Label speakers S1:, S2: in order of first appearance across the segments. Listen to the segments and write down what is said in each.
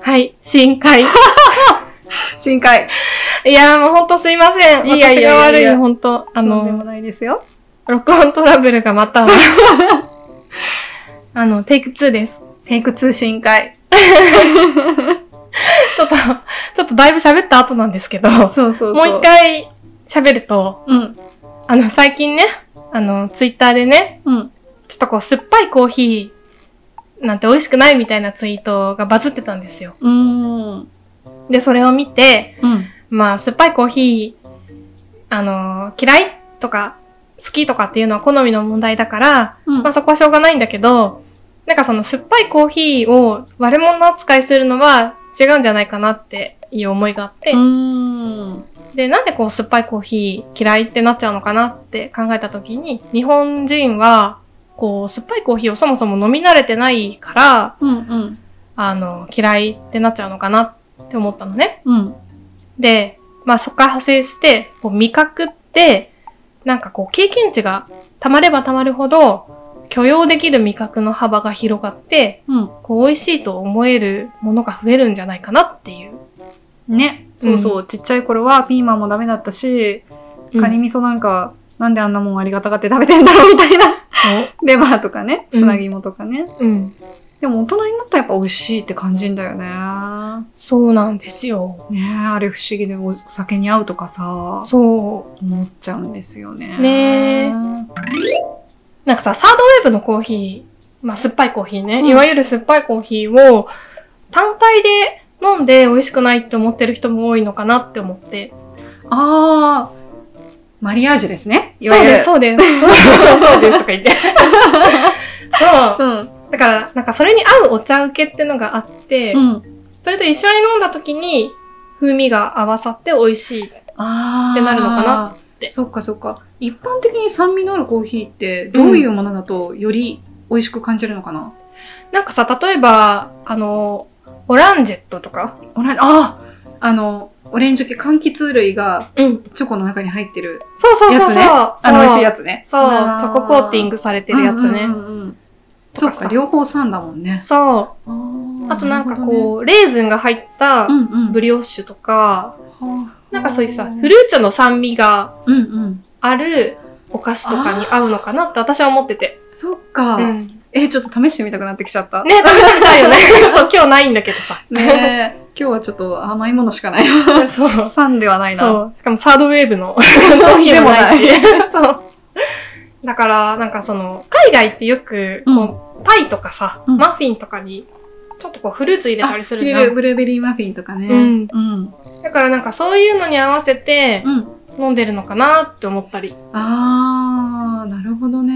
S1: はい、深 海。
S2: 深海。
S1: いやーもうほんとすいません。
S2: いやいや
S1: 私
S2: いやいや
S1: が悪い、ほんと。あ
S2: とんでも
S1: の、
S2: ないですよ。
S1: 録音トラブルがまた。 あの、テイク2です。
S2: テイク2深海。
S1: ちょっと、ちょっとだいぶ喋った後なんですけど、も
S2: そうそうそう。
S1: う一。回喋ると、
S2: うん。
S1: あの、最近ね、あの、ツイッターでね、
S2: うん。
S1: ちょっとこう、酸っぱいコーヒーなんて美味しくないみたいなツイートがバズってたんですよ。
S2: うーん。
S1: で、それを見て、
S2: うん。
S1: まあ、酸っぱいコーヒー、あの、嫌いとか、好きとかっていうのは好みの問題だから、
S2: うん
S1: まあそこはしょうがないんだけど、なんかその酸っぱいコーヒーを悪者扱いするのは違うんじゃないかなっていう思いがあって、
S2: うん。
S1: で、なんでこう酸っぱいコーヒー嫌いってなっちゃうのかなって考えた時に、日本人はこう酸っぱいコーヒーをそもそも飲み慣れてないから、
S2: うん。うん。
S1: あの、嫌いってなっちゃうのかなって思ったのね。
S2: うん。
S1: で、まあそこから派生して、こう味覚って、なんかこう経験値が溜まれば溜まるほど、許容できる味覚の幅が広がって、
S2: うん。
S1: こう美味しいと思えるものが増えるんじゃないかなっていう。
S2: ね。そうそう。ちっちゃい頃はピーマンもダメだったし、カ
S1: う
S2: ニ
S1: ん
S2: 味噌なんか、なんであんなもんありがたがって食べてんだろうみたいな。 レバーとかね。
S1: うん
S2: 砂肝とかね。
S1: うん。
S2: でも大人になったらやっぱ美味しいって感じんだよね。
S1: そうなんですよ。
S2: ねえ、あれ不思議でお酒に合うとかさ、
S1: そう。
S2: 思っちゃうんですよね。
S1: ねえなんかさ、サードウェーブのコーヒー、まあ酸っぱいコーヒーね、
S2: うん
S1: いわゆる酸っぱいコーヒーを単体で飲んで美味しくないって思ってる人も多いのかなって思って。
S2: ああ、マリアージュですね。い
S1: そ
S2: わ
S1: う
S2: ゆ
S1: で
S2: る
S1: す、。そうです。 そうですとか言 って。そう。
S2: うん。
S1: だから、なんかそれに合うお茶受けってのがあって、
S2: うん。
S1: それと一緒に飲んだ時に風味が合わさって美味しい。っ
S2: ああ。
S1: てなるのかなって
S2: そっかそっか。一般的に酸味のあるコーヒーって、どういうものだとより美味しく感じるのかな、
S1: なんかさ、例えば、あの、オランジェットとか。
S2: オレンあああの、オレンジ系柑橘類が
S1: うん。
S2: チョコの中に入ってる
S1: そうそう
S2: や
S1: そう
S2: つ
S1: そう。
S2: ね。あの美味しい
S1: や
S2: やつね。
S1: つ。そう
S2: あ、
S1: チョココーティングされてるやつね。
S2: うんうんうんうん
S1: と
S2: そ
S1: か
S2: っ
S1: さ
S2: か、両方酸だもんね。
S1: そう。あ
S2: あ
S1: となんかこう、レーズンが入った
S2: うんうん、
S1: ブリオッシュとか、なんかそういうさ、
S2: はあ
S1: フルーチェの酸味が
S2: うんうん。
S1: あるお菓子とかに合うのかなって私は思ってて。
S2: そっか。
S1: うん。
S2: え、ちょっと試してみたくなってきちゃった。
S1: ね、食べてみたいよ ね。そう、今日ないんだけどさ。
S2: ねえ今日はちょっと甘いものしかない。
S1: そう。
S2: 酸ではないな。
S1: そう。しかもサードウェーブのコーヒーもないし
S2: で。
S1: そう。だから、なんかその、海外ってよく、こう、パイとかさ、
S2: うん
S1: マフィンとかに、ちょっとこう、フルーツ入れたりするじゃ
S2: あブルー
S1: ん。
S2: ブルーベリーマフィンとかね。
S1: うん
S2: うん。
S1: だからなんかそういうのに合わせて
S2: うん。
S1: 飲んでるのかなって思ったり。
S2: あー、なるほどね。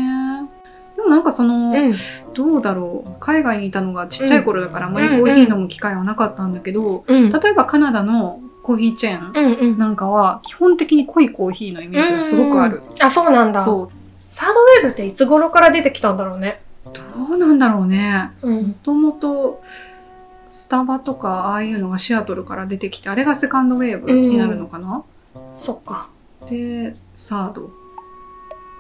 S2: でもなんかその、
S1: うん。
S2: どうだろう。海外にいたのがちっちゃい頃だから、あまりコーヒー飲む機会はなかったんだけど、
S1: うん。
S2: 例えばカナダのコーヒーチェーン
S1: うんうん。
S2: なんかは、基本的に濃いコーヒーのイメージがすごくある。
S1: あ、そうなんだ。
S2: そう。
S1: サードウェーブっていつ頃から出てきたんだろうね。
S2: どうなんだろうね。
S1: う
S2: も
S1: ん。
S2: ともとスタバとかああいうのがシアトルから出てきてあれがセカンドウェーブになるのかな、
S1: そっか。
S2: でサード、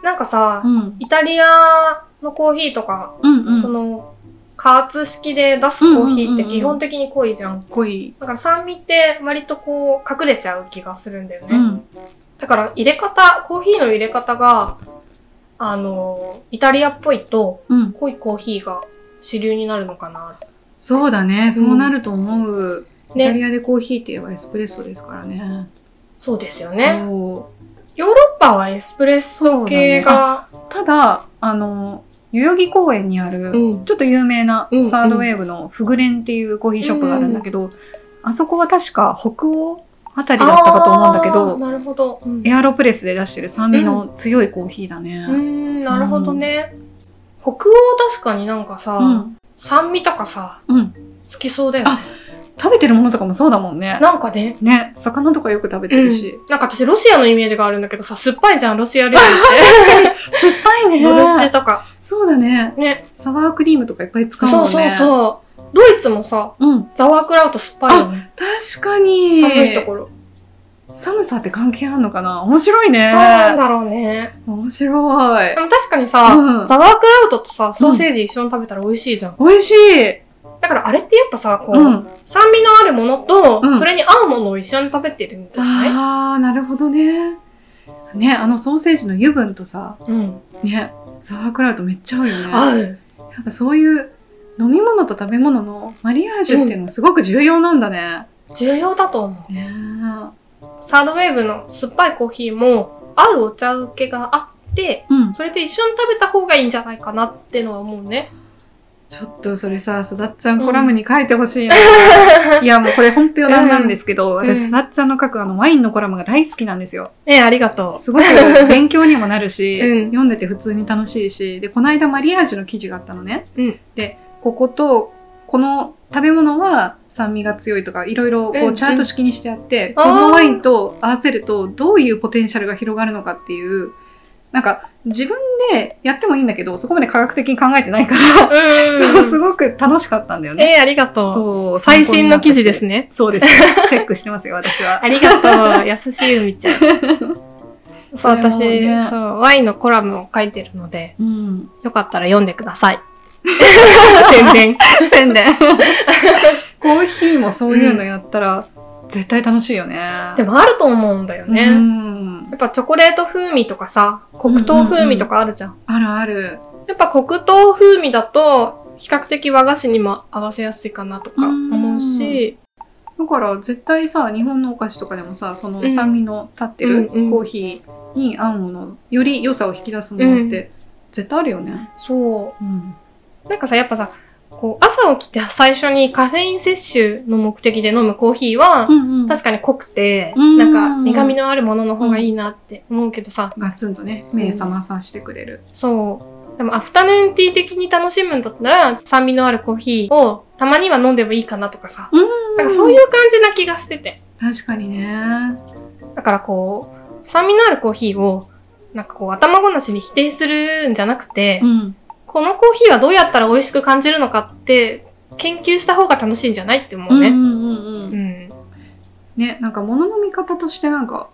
S1: なんかさ、
S2: ん、
S1: イタリアのコーヒーとか、
S2: うんうん
S1: その、加圧式で出すコーヒーって基本的に濃いじゃん。
S2: 濃い、
S1: だから酸味って割とこう隠れちゃう気がするんだよね。
S2: うん、
S1: だから入れ方、コーヒーの入れ方が、あの、イタリアっぽいと
S2: うん、
S1: 濃いコーヒーが主流になるのかな。
S2: そうだねそうなると思う、イタ
S1: ね。
S2: リアでコーヒーって言えばエスプレッソですからね
S1: そうですよね。
S2: そ
S1: ヨーロッパはエスプレッソ系が、
S2: うただあの代々木公園にある、
S1: うん
S2: ちょっと有名な
S1: うん
S2: サードウェーブのフグレンっていうコーヒーショップがあるんだけど、あそこは確か北欧あたりだったかと思うんだけど
S1: あーなるほど。うん
S2: エアロプレスで出してる酸味の強いコーヒーだね。
S1: うーん、なるほどね。北欧確かになんかさ、
S2: うん。
S1: 酸味とかさ、
S2: うん。
S1: 好きそうだよね。
S2: 食べてるものとかもそうだもんね。
S1: なんかね、
S2: ね、魚とかよく食べてるし。
S1: なんか私ロシアのイメージがあるんだけどさ、酸っぱいじゃん、ロシア料理
S2: 酸っぱい
S1: って。ボルシチ。とか。
S2: そうだね。
S1: ね。
S2: サワークリームとかいっぱい使う
S1: そ
S2: も
S1: うん
S2: ね。
S1: そう
S2: う。
S1: そう。ドイツもさ、
S2: うん。
S1: ザワークラウト酸っぱいよね。
S2: 確かに。
S1: 寒いところ。
S2: 寒さって関係あるのかな面白い
S1: どう
S2: ね
S1: なんだろうね。
S2: 面白い
S1: で、も確かにさ、
S2: うん
S1: ザワークラウトとさ、ソーセージ一緒に食べたら美味しいじゃん。
S2: 美味しい
S1: だからあれってやっぱさ、こう、
S2: うん
S1: 酸味のあるものと、
S2: うん
S1: それに合うものを一緒に食べてるみたいなね。
S2: ああなるほどねねあのソーセージの油分とさ
S1: うん。
S2: ねザワークラウトめっちゃ合うよね
S1: 合う。
S2: やっぱそういう飲み物と食べ物のマリアージュっていうのはすごく重要なんだね。
S1: 重要だと思
S2: ね
S1: う。サードウェーブの酸っぱいコーヒーも、合うお茶受けがあって、
S2: うん、
S1: それと一緒に食べた方がいいんじゃないかなってのは思うね。
S2: ちょっとそれさ、すだっちゃんコラムに書いてほしいな。いや、もうこれ本当余談なんですけど、
S1: ん
S2: 私、すだっちゃんの書くあのワインのコラムが大好きなんですよ。
S1: ええ、ありがと
S2: すごく勉強にもなるし、
S1: うん
S2: 読んでて普通に楽しいし、で、この間マリアージュの記事があったのね。
S1: うん
S2: で、ここと、この食べ物は酸味が強いとか、いろいろこ
S1: うん
S2: うチャート式にしてあって、
S1: あー
S2: このワインと合わせると、どういうポテンシャルが広がるのかっていう、なんか、自分でやってもいいんだけど、そこまで科学的に考えてないか
S1: う。
S2: ら、
S1: う ん。
S2: すごく楽しかったんだよね。
S1: ええ、ありがとう。
S2: そう、
S1: 最新の記事です
S2: ね。
S1: ね。
S2: そうです。チェックしてますよ、私は。
S1: ありがとう。優しい海ちゃん。 そう、
S2: それも
S1: 私、
S2: ね
S1: そう、ワインのコラムを書いてるので、
S2: うん。
S1: よかったら読んでくださ い。宣伝。
S2: 宣伝。 コーヒーもそういうのやったら、絶対楽しいよね。
S1: でもあると思うんだよね。
S2: うん
S1: やっぱチョコレート風味とかさ、黒糖風味とかあるじゃん。
S2: あるある。
S1: やっぱ黒糖風味だと、比較的和菓子にも合わせやすいかなとか思うし、
S2: だから絶対さ、日本のお菓子とかでもさ、その
S1: うん
S2: 酸味の立ってるコ
S1: うんうん
S2: ーヒーに合うもの、より良さを引き出すものって絶対あるよね。
S1: そ
S2: うん。
S1: う。なんかさ、やっぱさ、こう、朝起きて最初にカフェイン摂取の目的で飲むコーヒーは、
S2: うんうん
S1: 確かに濃くて、
S2: うん
S1: なんか苦味のあるものの方がいいなって思うけどさ、
S2: ガツンとね、目覚まさせてくれる。
S1: そう。でもアフタヌーンティー的に楽しむんだったら、酸味のあるコーヒーをたまには飲んでもいいかなとかさ、なんかそういう感じな気がしてて。
S2: 確かにね。
S1: だからこう、酸味のあるコーヒーを、なんかこう頭ごなしに否定するんじゃなくて、
S2: ん。
S1: このコーヒーはどうやったら美味しく感じるのかって、研究した方が楽しいんじゃないって思う
S2: う
S1: ね。
S2: んうんうんうん
S1: う。ん。
S2: ね、なんか物の見方としてなんか、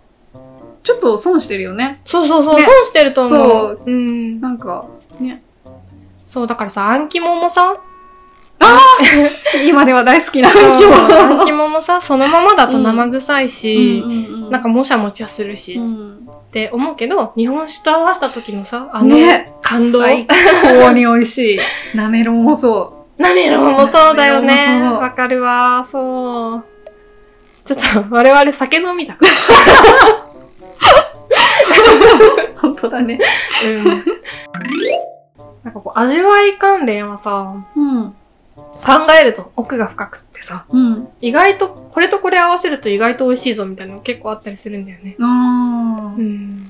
S2: ちょっと損してるよね。
S1: そうそうそう、
S2: ね
S1: 損してると思う
S2: そ。
S1: うん。
S2: なんか、ね。
S1: そう、だからさ、あん肝もさ、
S2: 今では大好きな
S1: そう
S2: 今日
S1: あん肝もさ、そのままだと生臭いし、なんか、もしゃもしゃするし、
S2: う
S1: っ
S2: ん
S1: て思うけど、日本酒と合わせた時のさ、あの、
S2: ね、
S1: 感動。
S2: 最高に美味しい。なめろうもそ
S1: なめろうもそうだよ
S2: なめ
S1: ね。
S2: ろうもそう
S1: わかるわ、そう。ちょっと、我々酒飲みだから。
S2: う。本当だね。
S1: うん。 なんかこう、味わい関連はさ、
S2: うん。
S1: 考えると奥が深くってさ、
S2: うん。
S1: 意外と、これとこれ合わせると意外と美味しいぞみたいなの結構あったりするんだよね。
S2: あ
S1: うん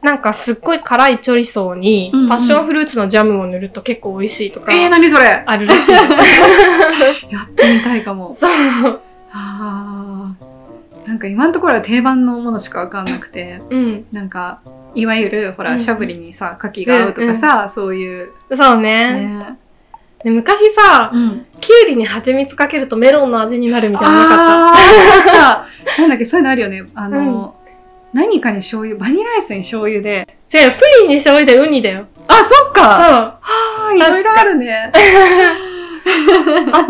S1: なんかすっごい辛いチョリソーに
S2: うんうん
S1: パッションフルーツのジャムを塗ると結構美味しいとか
S2: あ。えー、何それや
S1: あるらしい。
S2: ってみたいかも。
S1: そう。
S2: あーなんか今のところは定番のものしかわかんなくて、
S1: うん。
S2: なんか、いわゆる、ほ
S1: うんう
S2: ら、
S1: ん
S2: しゃぶりにさ、牡蠣が合うとかさ、そういう。
S1: そうね。
S2: ね。
S1: で昔さ、
S2: ん。
S1: キュウリに蜂蜜かけるとメロンの味になるみたいなのなかっ
S2: あーなんかなんだっけ、そういうのあるよね。あの、何かに醤油、バニラアイスに醤油で。
S1: た。違うよ、プリンに醤油でウニだよ。
S2: あ、そっ
S1: そう。
S2: か
S1: あ
S2: あーいろいろあるね。
S1: っ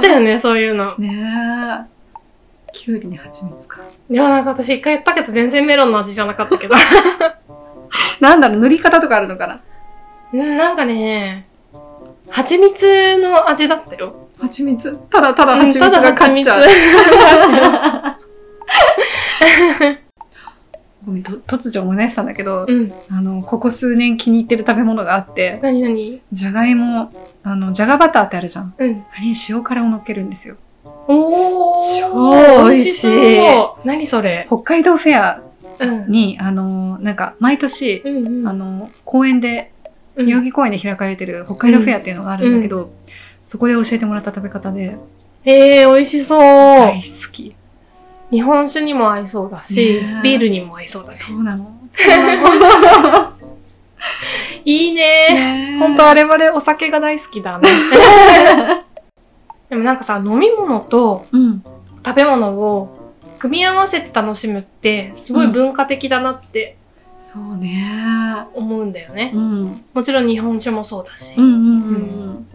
S1: たよね、 そういうの。
S2: ねえ。きゅうりに蜂蜜か。
S1: でもなんか私一回やったけど全然メロンの味じゃなかったけど。
S2: なんだろう、塗り方とかあるのかな
S1: うん、なんかね、蜂蜜の味だったよ。
S2: 蜂蜜ただただ
S1: うん
S2: 蜂蜜が
S1: ただ
S2: 勝っちゃう。
S1: 蜂
S2: ごめん、と突如思い出したんだけど、
S1: 蜜うん。
S2: あの、ここ数年気に入ってる食べ物があって、
S1: なになに
S2: じゃがいも、あの、じゃがバターってあるじゃん。
S1: うん。
S2: あれに塩辛を乗っけるんですよ。
S1: お
S2: ー
S1: 美味しそう
S2: 美味し
S1: 何それ
S2: 北海道フェア
S1: うん。
S2: に、あの、なんか、毎年、
S1: うん
S2: あの、公園で
S1: うん
S2: 代々木公園で開かれてる北海道フェアっていうのがあるんだけど、そこで教えてもらった食べ方で
S1: えー、美味しそう。
S2: 大好き
S1: 日本酒にも合いそうだし
S2: ね、え
S1: ビールにも合いそうだし
S2: そ。うなのそうなの
S1: いいね
S2: ねえ
S1: ー。ほんと我々お酒が大好き だね。でもなんかさ、飲み物と
S2: うん
S1: 食べ物を組み合わせて楽しむってすごい文化的だなって
S2: そうね。
S1: 思うんだよね、
S2: うん。うん
S1: もちろん日本酒もそうだし、
S2: うんうんうん。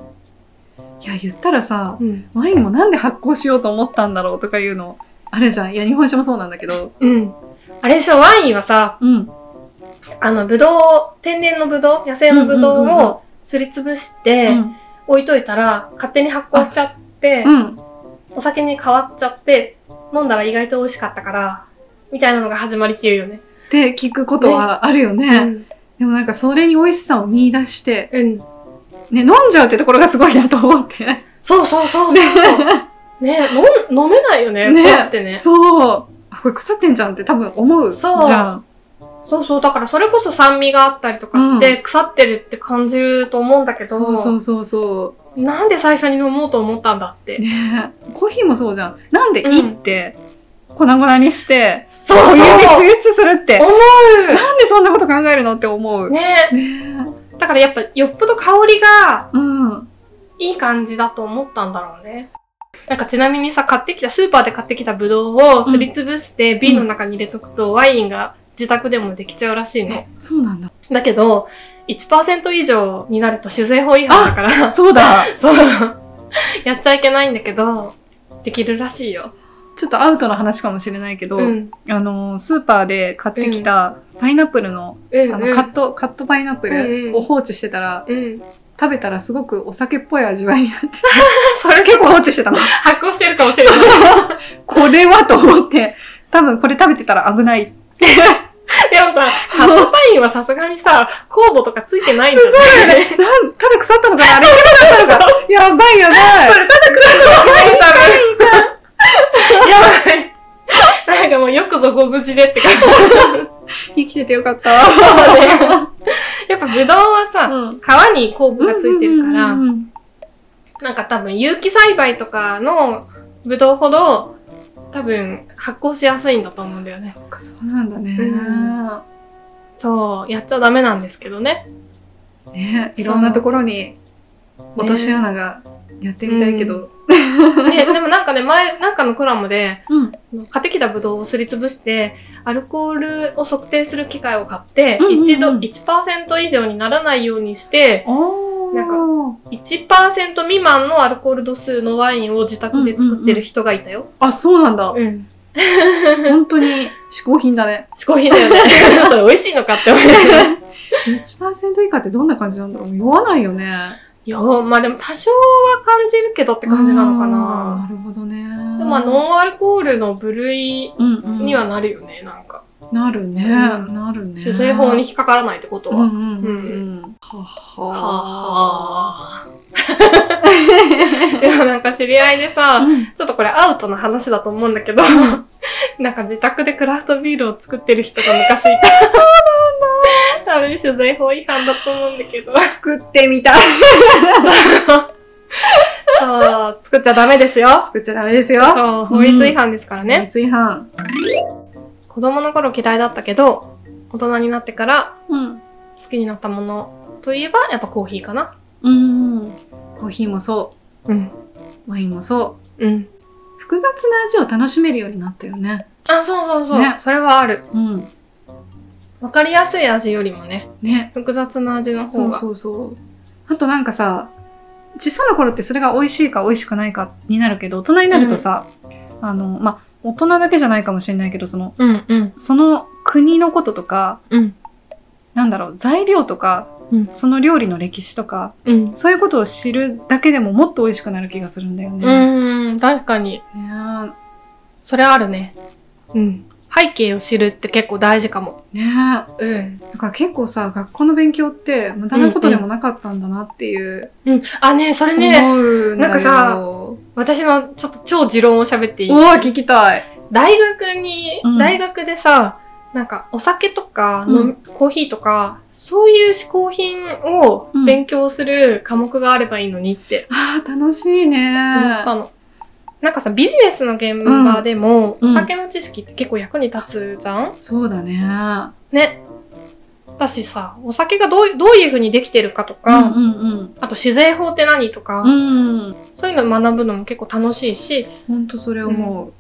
S2: いや、言ったらさ、
S1: うん
S2: ワインもなんで発酵しようと思ったんだろうとかいうの、あれじゃん。いや、日本酒もそうなんだけど。
S1: うんあれでしょワインはさ
S2: うん。
S1: あのブドウ天然のブドウ野生のブド
S2: う
S1: ウ
S2: んうんうんうん
S1: をすりつぶして、
S2: うん。
S1: 置いといたら勝手に発酵しちゃって、
S2: うん。
S1: お酒に変わっちゃって飲んだら意外と美味しかったからみたいなのが始まりっていうよね。
S2: って聞くことはあるよね。
S1: うん、
S2: でもなんかそれに美味しさを見出して、
S1: うん、
S2: ね、飲んじゃうってところがすごいなと思って。
S1: そうそうそう そう。ね飲ん飲めないよね
S2: ね
S1: 怖くてね。
S2: そう。あこれ腐ってんじゃんって多分思うじ
S1: そう
S2: ゃん。
S1: そうそうだからそれこそ酸味があったりとかして、腐ってるって感じると思うんだけど
S2: そうそうそうそ
S1: なんで最初に飲もうと思ったんだって。
S2: う。ねコーヒーもそうじゃん。なんでいいって、粉々にして、
S1: そう
S2: お
S1: そう
S2: 湯で抽出するって、
S1: 思
S2: なんでそんなこと考えるのって思
S1: う
S2: う。ね
S1: ねだからやっぱよっぽど香りが
S2: うん。
S1: いい感じだと思ったんだろうね。なんかちなみにさ、買ってきた、スーパーで買ってきたブドウをすりつぶして瓶の中に入れとくと、ワインが自宅でもできちゃうらしいの。
S2: そうなんだ。
S1: だけど、1%以上になると酒税法違反だから、
S2: そうだ。
S1: そう、 やっちゃいけないんだけど、できるらしいよ。
S2: ちょっとアウトの話かもしれないけど、
S1: うん。
S2: あの、スーパーで買ってきたパイナップルの、
S1: うん、
S2: あ
S1: う
S2: の、
S1: ん。
S2: カット、カットパイナップルを放置してたら、
S1: うん。
S2: 食べたらすごくお酒っぽい味わいにな って、
S1: それ
S2: 結構放置してたの。
S1: 発酵してるかもしれない。
S2: これはと思って、多分これ食べてたら危ない。
S1: でもさ、カットパインはさすがにさ、酵母とかついてないんだよね。
S2: なん、ただ腐ったのかなあれ腐ったのかやばいやばい。
S1: それただ臭くはない多分。やばい。なんかもうよくぞご無事でって感じ。
S2: 生きててよかったわ。
S1: やっぱブドウはさ、
S2: うん。
S1: 皮に酵母がついてるから、
S2: うん
S1: なんか多分有機栽培とかのブドウほど多分発酵しやすいんだと思うんだよね
S2: そ。っか、そうなんだね。
S1: うそう、やっちゃダメなんですけどね。
S2: ね
S1: そう
S2: いろんなところに落とし穴がやってみたいけど。
S1: ねでもなんかね、前、なんかのコラムで、
S2: うん。
S1: その買ってきたブドウをすりつぶして、アルコールを測定する機械を買って、
S2: うんうんうん
S1: 一度、1%以上にならないようにして、
S2: おー。
S1: なんか1%未満のアルコール度数のワインを自宅で作ってる人がいたよ。
S2: あ、そうなんだ。
S1: うん。
S2: 本当に嗜好品だ ね。
S1: 嗜好品だよね。 それ美味しいのかって思うよね。
S2: 1%以下ってどんな感じなんだろう酔わないよね。
S1: いや、まあでも多少は感じるけどって感じなのかな。
S2: あーなるほどね。
S1: でもまあノンアルコールの部類
S2: うんうん、
S1: にはなるよね、なんか。
S2: なるね、
S1: うん
S2: なるね。
S1: 酒税法に引っかからないってこと
S2: うんう
S1: は。
S2: んう
S1: う
S2: んうん。はは
S1: は
S2: は。
S1: あはあ。でもなんか知り合いでさ、ちょっとこれアウトの話だと思うんだけど、なんか自宅でクラフトビールを作ってる人が昔いた。そうなんだ。多分取材法違反だと思うんだけど。
S2: 作ってみた。
S1: そう、作っちゃダメですよ。
S2: 作っちゃダメですよ。
S1: そう、法律違反ですからね。
S2: 熱違反。
S1: 子供の頃嫌いだったけど、大人になってから
S2: うん。
S1: 好きになったものといえば、やっぱコーヒーかな。
S2: うん。コーヒーもそ
S1: うん。
S2: う。ワインもそ
S1: うん。
S2: う。複雑な味を楽しめるようになったよね。
S1: あ、そうそうそう。
S2: ね
S1: それはある。
S2: うん。
S1: わかりやすい味よりもね、
S2: ね。
S1: 複雑な味の
S2: そ
S1: 方
S2: う
S1: が。
S2: そうそう。あとなんかさ、小さな頃ってそれが美味しいか美味しくないかになるけど、大人になるとさ、あの、まあ、大人だけじゃないかもしれないけど、その、
S1: うんうん
S2: その国のこととか、
S1: うん
S2: なんだろう、材料とか、
S1: うん
S2: その料理の歴史とか、
S1: うん。
S2: そういうことを知るだけでももっと美味しくなる気がするんだよ
S1: う
S2: ね。
S1: ーん、確かに。
S2: ねえ
S1: それあるね。うん。背景を知るって結構大事かも。
S2: ねえ
S1: うん。
S2: だから結構さ、学校の勉強って無駄なことでもなかったんだなっていう、
S1: うん。あ、ねえそれね、
S2: 思うんだよ。
S1: なんかさ私のちょっと超持論を喋っていい
S2: おー、聞きたい。
S1: 大学に、
S2: うん
S1: 大学でさ、なんかお酒とかの、
S2: うん
S1: コーヒーとか、そういう嗜好品を
S2: うん
S1: 勉強する科目があればいいのにって
S2: ああ、楽しいね。
S1: 思ったの。なんかさ、ビジネスの現場でも、
S2: うん
S1: お酒の知識って結構役に立つじゃん
S2: そうだね。
S1: ね。だしさ、お酒がどうどういう風にできてるかと
S2: う
S1: か、
S2: んうん
S1: あと、酒税法って何とか、
S2: うん。うん。
S1: そういうの学ぶのも結構楽しいし、
S2: ほんとそれ思う。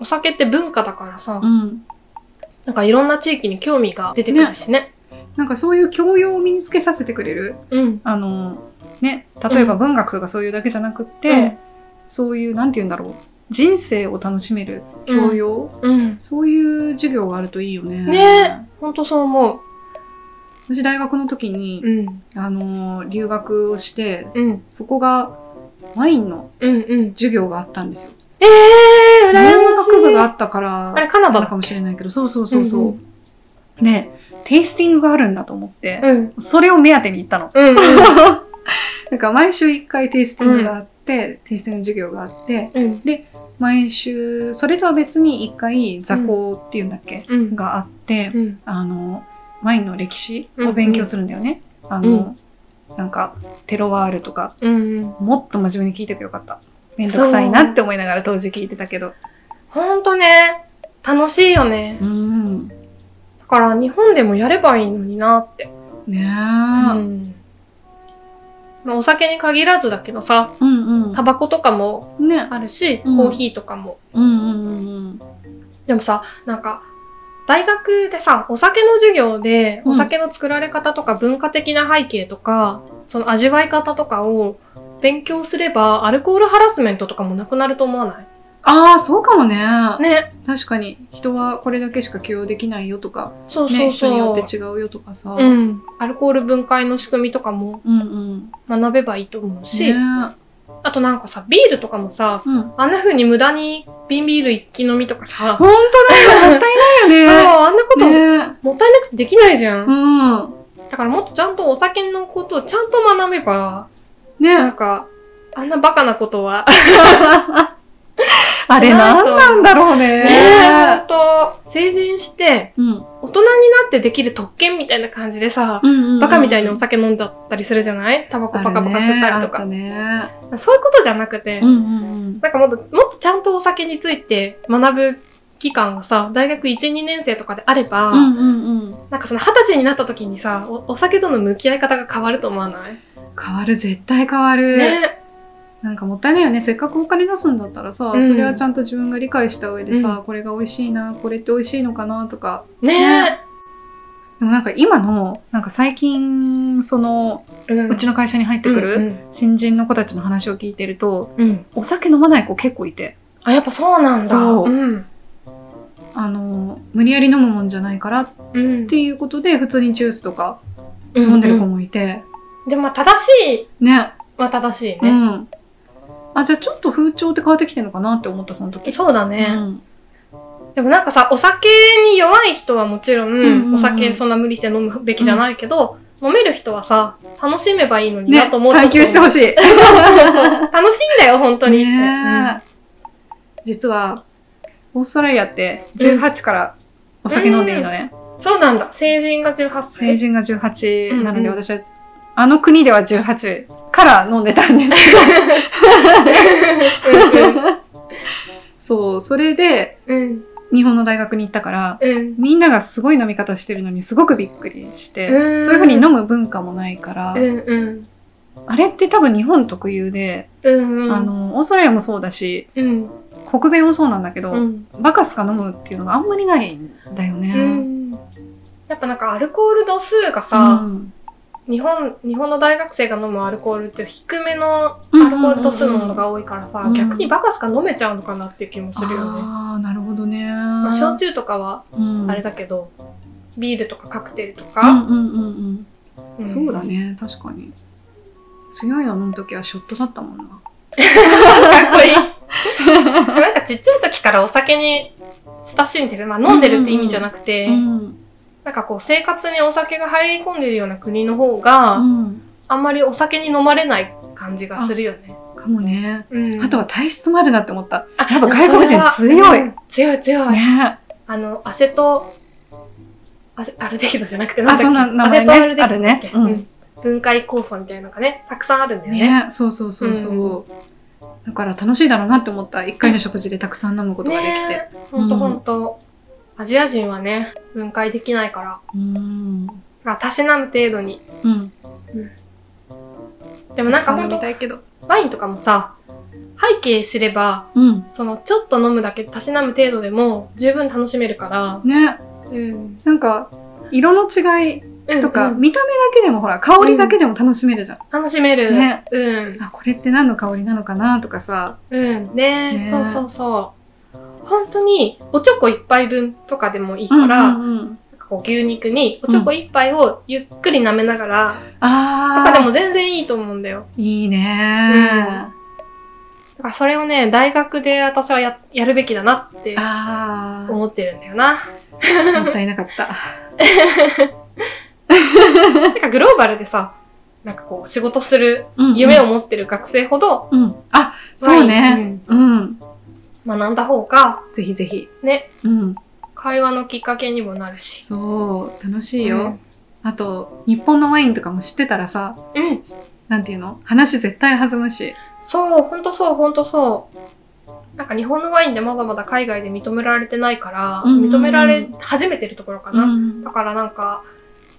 S1: お酒って文化だからさ、
S2: うん。
S1: なんかいろんな地域に興味が出てくるしね。
S2: なんかそういう教養を身につけさせてくれる。
S1: うん。
S2: あの、ね、例えば
S1: うん
S2: 文学がそういうだけじゃなくって、
S1: うん
S2: そういう、なんて言うんだろう。人生を楽しめる教養、
S1: うん。
S2: そういう授業があるといいよね。
S1: ねほんとそう思う。
S2: 私大学の時に、
S1: うん。
S2: あの、留学をして、
S1: うん。
S2: そこがワインの
S1: うん。うん。
S2: 授業があったんですよ。
S1: ええー、羨ましい。
S2: 学部があったから、
S1: あれ、カナダ
S2: なの
S1: だ
S2: かもしれないけど、そうそうそうそう。
S1: うんう
S2: で、テイスティングがあるんだと思って、
S1: うん。
S2: それを目当てに行ったの。
S1: うん。うん。
S2: なんか毎週一回テイスティングがあって、テイスティング授業があって、
S1: うん。
S2: 毎週、それとは別に一回座高っていうんだっけ、
S1: うん。
S2: があって、
S1: うん。
S2: あの、ワインの歴史を勉強するんだよね。あの、なんか、テロワールとか、
S1: うん。
S2: もっと真面目に聞いてくよかった。めんどくさいなって思いながら当時聞いてたけど。
S1: ほんとね、楽しいよね。
S2: うん。ね
S1: だから、日本でもやればいいのになって。
S2: え。
S1: うん。まあお酒に限らずだけどさ、
S2: うんう
S1: タバコとかも
S2: ん。ね。
S1: あるし、
S2: うん
S1: コーヒーとかも。
S2: うんうんうんうん。
S1: でもさ、なんか、大学でさ、お酒の授業で、
S2: うん
S1: お酒の作られ方とか文化的な背景とか、その味わい方とかを勉強すれば、アルコールハラスメントとかもなくなると思わな
S2: ああ、そうかもね。
S1: いね。
S2: 確かに。人はこれだけしか許容できないよとか、
S1: そうそ
S2: ね、
S1: う
S2: 人に
S1: そ
S2: よ
S1: う。
S2: って違うよとかさ。
S1: う。ん。アルコール分解の仕組みとかも
S2: うんうん。
S1: 学べばいいと思うし、
S2: ね
S1: あとなんかさ、ビールとかもさ、
S2: うん。本
S1: あんな風に無駄に瓶ビール一気飲みとかさ、
S2: 当だよ。もったいない
S1: そう、
S2: よね。
S1: あんなこと、
S2: ね
S1: もったいなくてできないじゃん。
S2: うん。
S1: だからもっとちゃんとお酒のことをちゃんと学べば、なん
S2: ね
S1: か、あんなバカなことは。
S2: あ れなんなんだろうね。
S1: ねえ、ほんと、成人して、
S2: うん。
S1: 大人になってできる特権みたいな感じでさ、
S2: うんうんうん。
S1: バカみたいにお酒飲んじゃったりするじゃないタバコパカパカ吸ったりと
S2: あ
S1: か。
S2: るねあったね。
S1: そういうことじゃなくて、
S2: うんうんうん。
S1: なんかもっと、もっとちゃんとお酒について学ぶ期間がさ、大学1、2年生とかであれば、
S2: うんうんうん。
S1: なんかその20歳になった時にさお、お酒との向き合い方が変わると思わない
S2: 変わる絶対変わる、
S1: ね。
S2: なんかもったいないよねせっかくお金出すんだったらさ、
S1: うん
S2: それはちゃんと自分が理解した上でさ、これが美味しいなこれって美味しいのかなとか
S1: ね
S2: でもなんか今のなんか最近その
S1: うん
S2: うちの会社に入ってく
S1: う
S2: る
S1: ん
S2: 新人の子たちの話を聞いてると
S1: うんうん
S2: お酒飲まない子結構いて
S1: あ、やっぱそうなんだ。。
S2: そうんあの無理やり飲むもんじゃないからっ
S1: うん。
S2: ていうことで普通にジュースとか
S1: 飲
S2: 飲んでる子もいて、
S1: でもまあ正しい
S2: ね
S1: は正しいうね。
S2: んあじゃあちょっと風潮って変わってきてるのかなって思ったその時
S1: そうだ
S2: う
S1: ね、
S2: ん
S1: でもなんかさ、お酒に弱い人はもちろん、
S2: んうんうん
S1: お酒そんな無理して飲むべきじゃないけど、飲める人はさ、楽しめばいいのに
S2: ね
S1: なと思う、ちょっ
S2: 探
S1: と
S2: 求してほしい
S1: そうそうそう。楽しいんだよ、本当に。
S2: ねえ実はオーストラリアって18からお酒飲んでいいのね、
S1: うんそうなんだ。成人が18
S2: 成
S1: 歳。
S2: 人が18なので
S1: うんうん
S2: 私はあの国では18から飲んでた んですけどそうそれで
S1: うん。
S2: 日本の大学に行ったから
S1: うん。
S2: みんながすごい飲み方してるのにすごくびっくりしてそううんいうふうに飲む文化もないから
S1: うん。うん。
S2: あれって多分日本特有で
S1: うん。うん。
S2: あ、のオーストラリアもそうだし
S1: うん。
S2: 北米もそうなんだけど、
S1: うん。
S2: バカスカ飲むっていうのがあんまりないんだよね。
S1: うんやっぱなんかアルコール度数が
S2: う
S1: さ、
S2: ん
S1: 日本日本の大学生が飲むアルコールって低めのア
S2: うんう
S1: ル
S2: ん
S1: コール度数のものが多いからさ、
S2: うん
S1: 逆にバカしか飲めちゃうのかなっていう気もするよね。
S2: ああ、なるほどね。
S1: ま
S2: ま
S1: あ、焼酎とかは
S2: うん、
S1: あれだけど、ビールとかカクテルと
S2: う
S1: か、
S2: んうんうんうん。
S1: ん
S2: そうだね、確かに。強いの飲むときはショットだったもんな。
S1: かっこいい なんかちっちゃい時からお酒に親しんでるまあ飲んでるって意味じゃなくて、
S2: うん。
S1: なんかこう生活にお酒が入り込んでるような国の方が、
S2: うん
S1: あんまりお酒に飲まれない感じがするよね。
S2: かもね。
S1: うん
S2: あとは体質もあるなって思った。
S1: あ、
S2: やっぱ外国人強い
S1: うん。強い強い。
S2: ね。
S1: あの、アセト、アセアルデヒドじゃなくて
S2: あ、
S1: だっけ
S2: そんな名
S1: アセ
S2: 前
S1: トアル
S2: ね。
S1: デヒドだっけ
S2: あるね。う。
S1: うんん分解酵素みたいなのがね、たくさんあるんだよね。
S2: ね、そうそうそうそう。だから楽しいだろうなって思った。一回の食事でたくさん飲むことができて。
S1: ねほんとほんと。アジア人はね、分解できないから。
S2: うん。
S1: まあ、たしなむ程度に。
S2: うん。
S1: でもなんかほん
S2: 飲み
S1: と、
S2: たいけど。
S1: ワインとかもさ、背景知れば、
S2: うん。
S1: その、ちょっと飲むだけ、たしなむ程度でも、十分楽しめるから、
S2: ね。
S1: うん。
S2: なんか、色の違いとか、
S1: うんうん
S2: 見た目だけでもほら、香りだけでも楽しめるじゃん。
S1: 楽しめる。
S2: ね
S1: うん。
S2: あ、これって何の香りなのかなとかさ。
S1: うん。ね
S2: ね
S1: そうそうそう。本当に、おちょこ一杯分とかでもいいから、
S2: うんうんうん
S1: なんかこう牛肉におちょこ一杯をゆっくり舐めながら、と
S2: あー
S1: かでも全然いいと思うんだよ。
S2: いいね
S1: だからそれをね、大学で私はややるべきだなって
S2: ー。あー。
S1: 思ってるんだよな。
S2: もったいなかった。
S1: なんかグローバルでさ、なんかこう仕事する夢を持ってる学生ほど、
S2: うん。うん。あ、そう
S1: ワイ
S2: ね。
S1: ン
S2: うん。
S1: うん学んだ方が、
S2: ぜひぜひ。
S1: ね、
S2: うん。
S1: 会話のきっかけにもなるし。
S2: そう、楽しいよ。あと、日本のワインとかも知ってたらさ、
S1: うん。うん。
S2: なんていうの話絶対弾むし。
S1: そう、ほんとそう、ほんとそう。なんか日本のワインでまだまだ海外で認められてないから、
S2: うんうんうん
S1: 認められ始めてるところかな。
S2: ん
S1: だからなんか、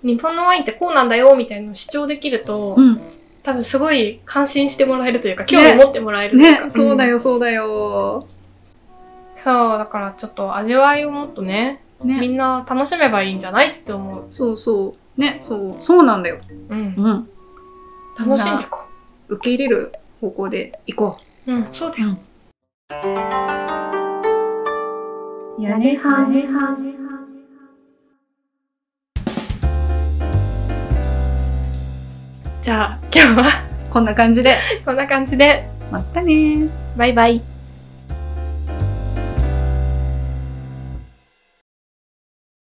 S1: 日本のワインってこうなんだよみたいなのを主張できると、
S2: うん。
S1: 多分すごい感心してもらえるというか、興味持ってもらえるというか。
S2: ね、そうだ
S1: ん。
S2: よ、そうだよ。
S1: そう、だからちょっと味わいをもっとね、み
S2: ね。
S1: んな楽しめばいいんじゃないって思う。
S2: そうそう。ね、そう、そうなんだよ。
S1: うん。
S2: うん。
S1: 楽しんでい
S2: みな
S1: こ
S2: 受け入れる方向で行こ
S1: う。うん、そうだよ。
S2: う。
S1: 屋根はんじゃあ、今日は
S2: こんな感じで。
S1: こんな感じで、
S2: またねー。
S1: バイバイ。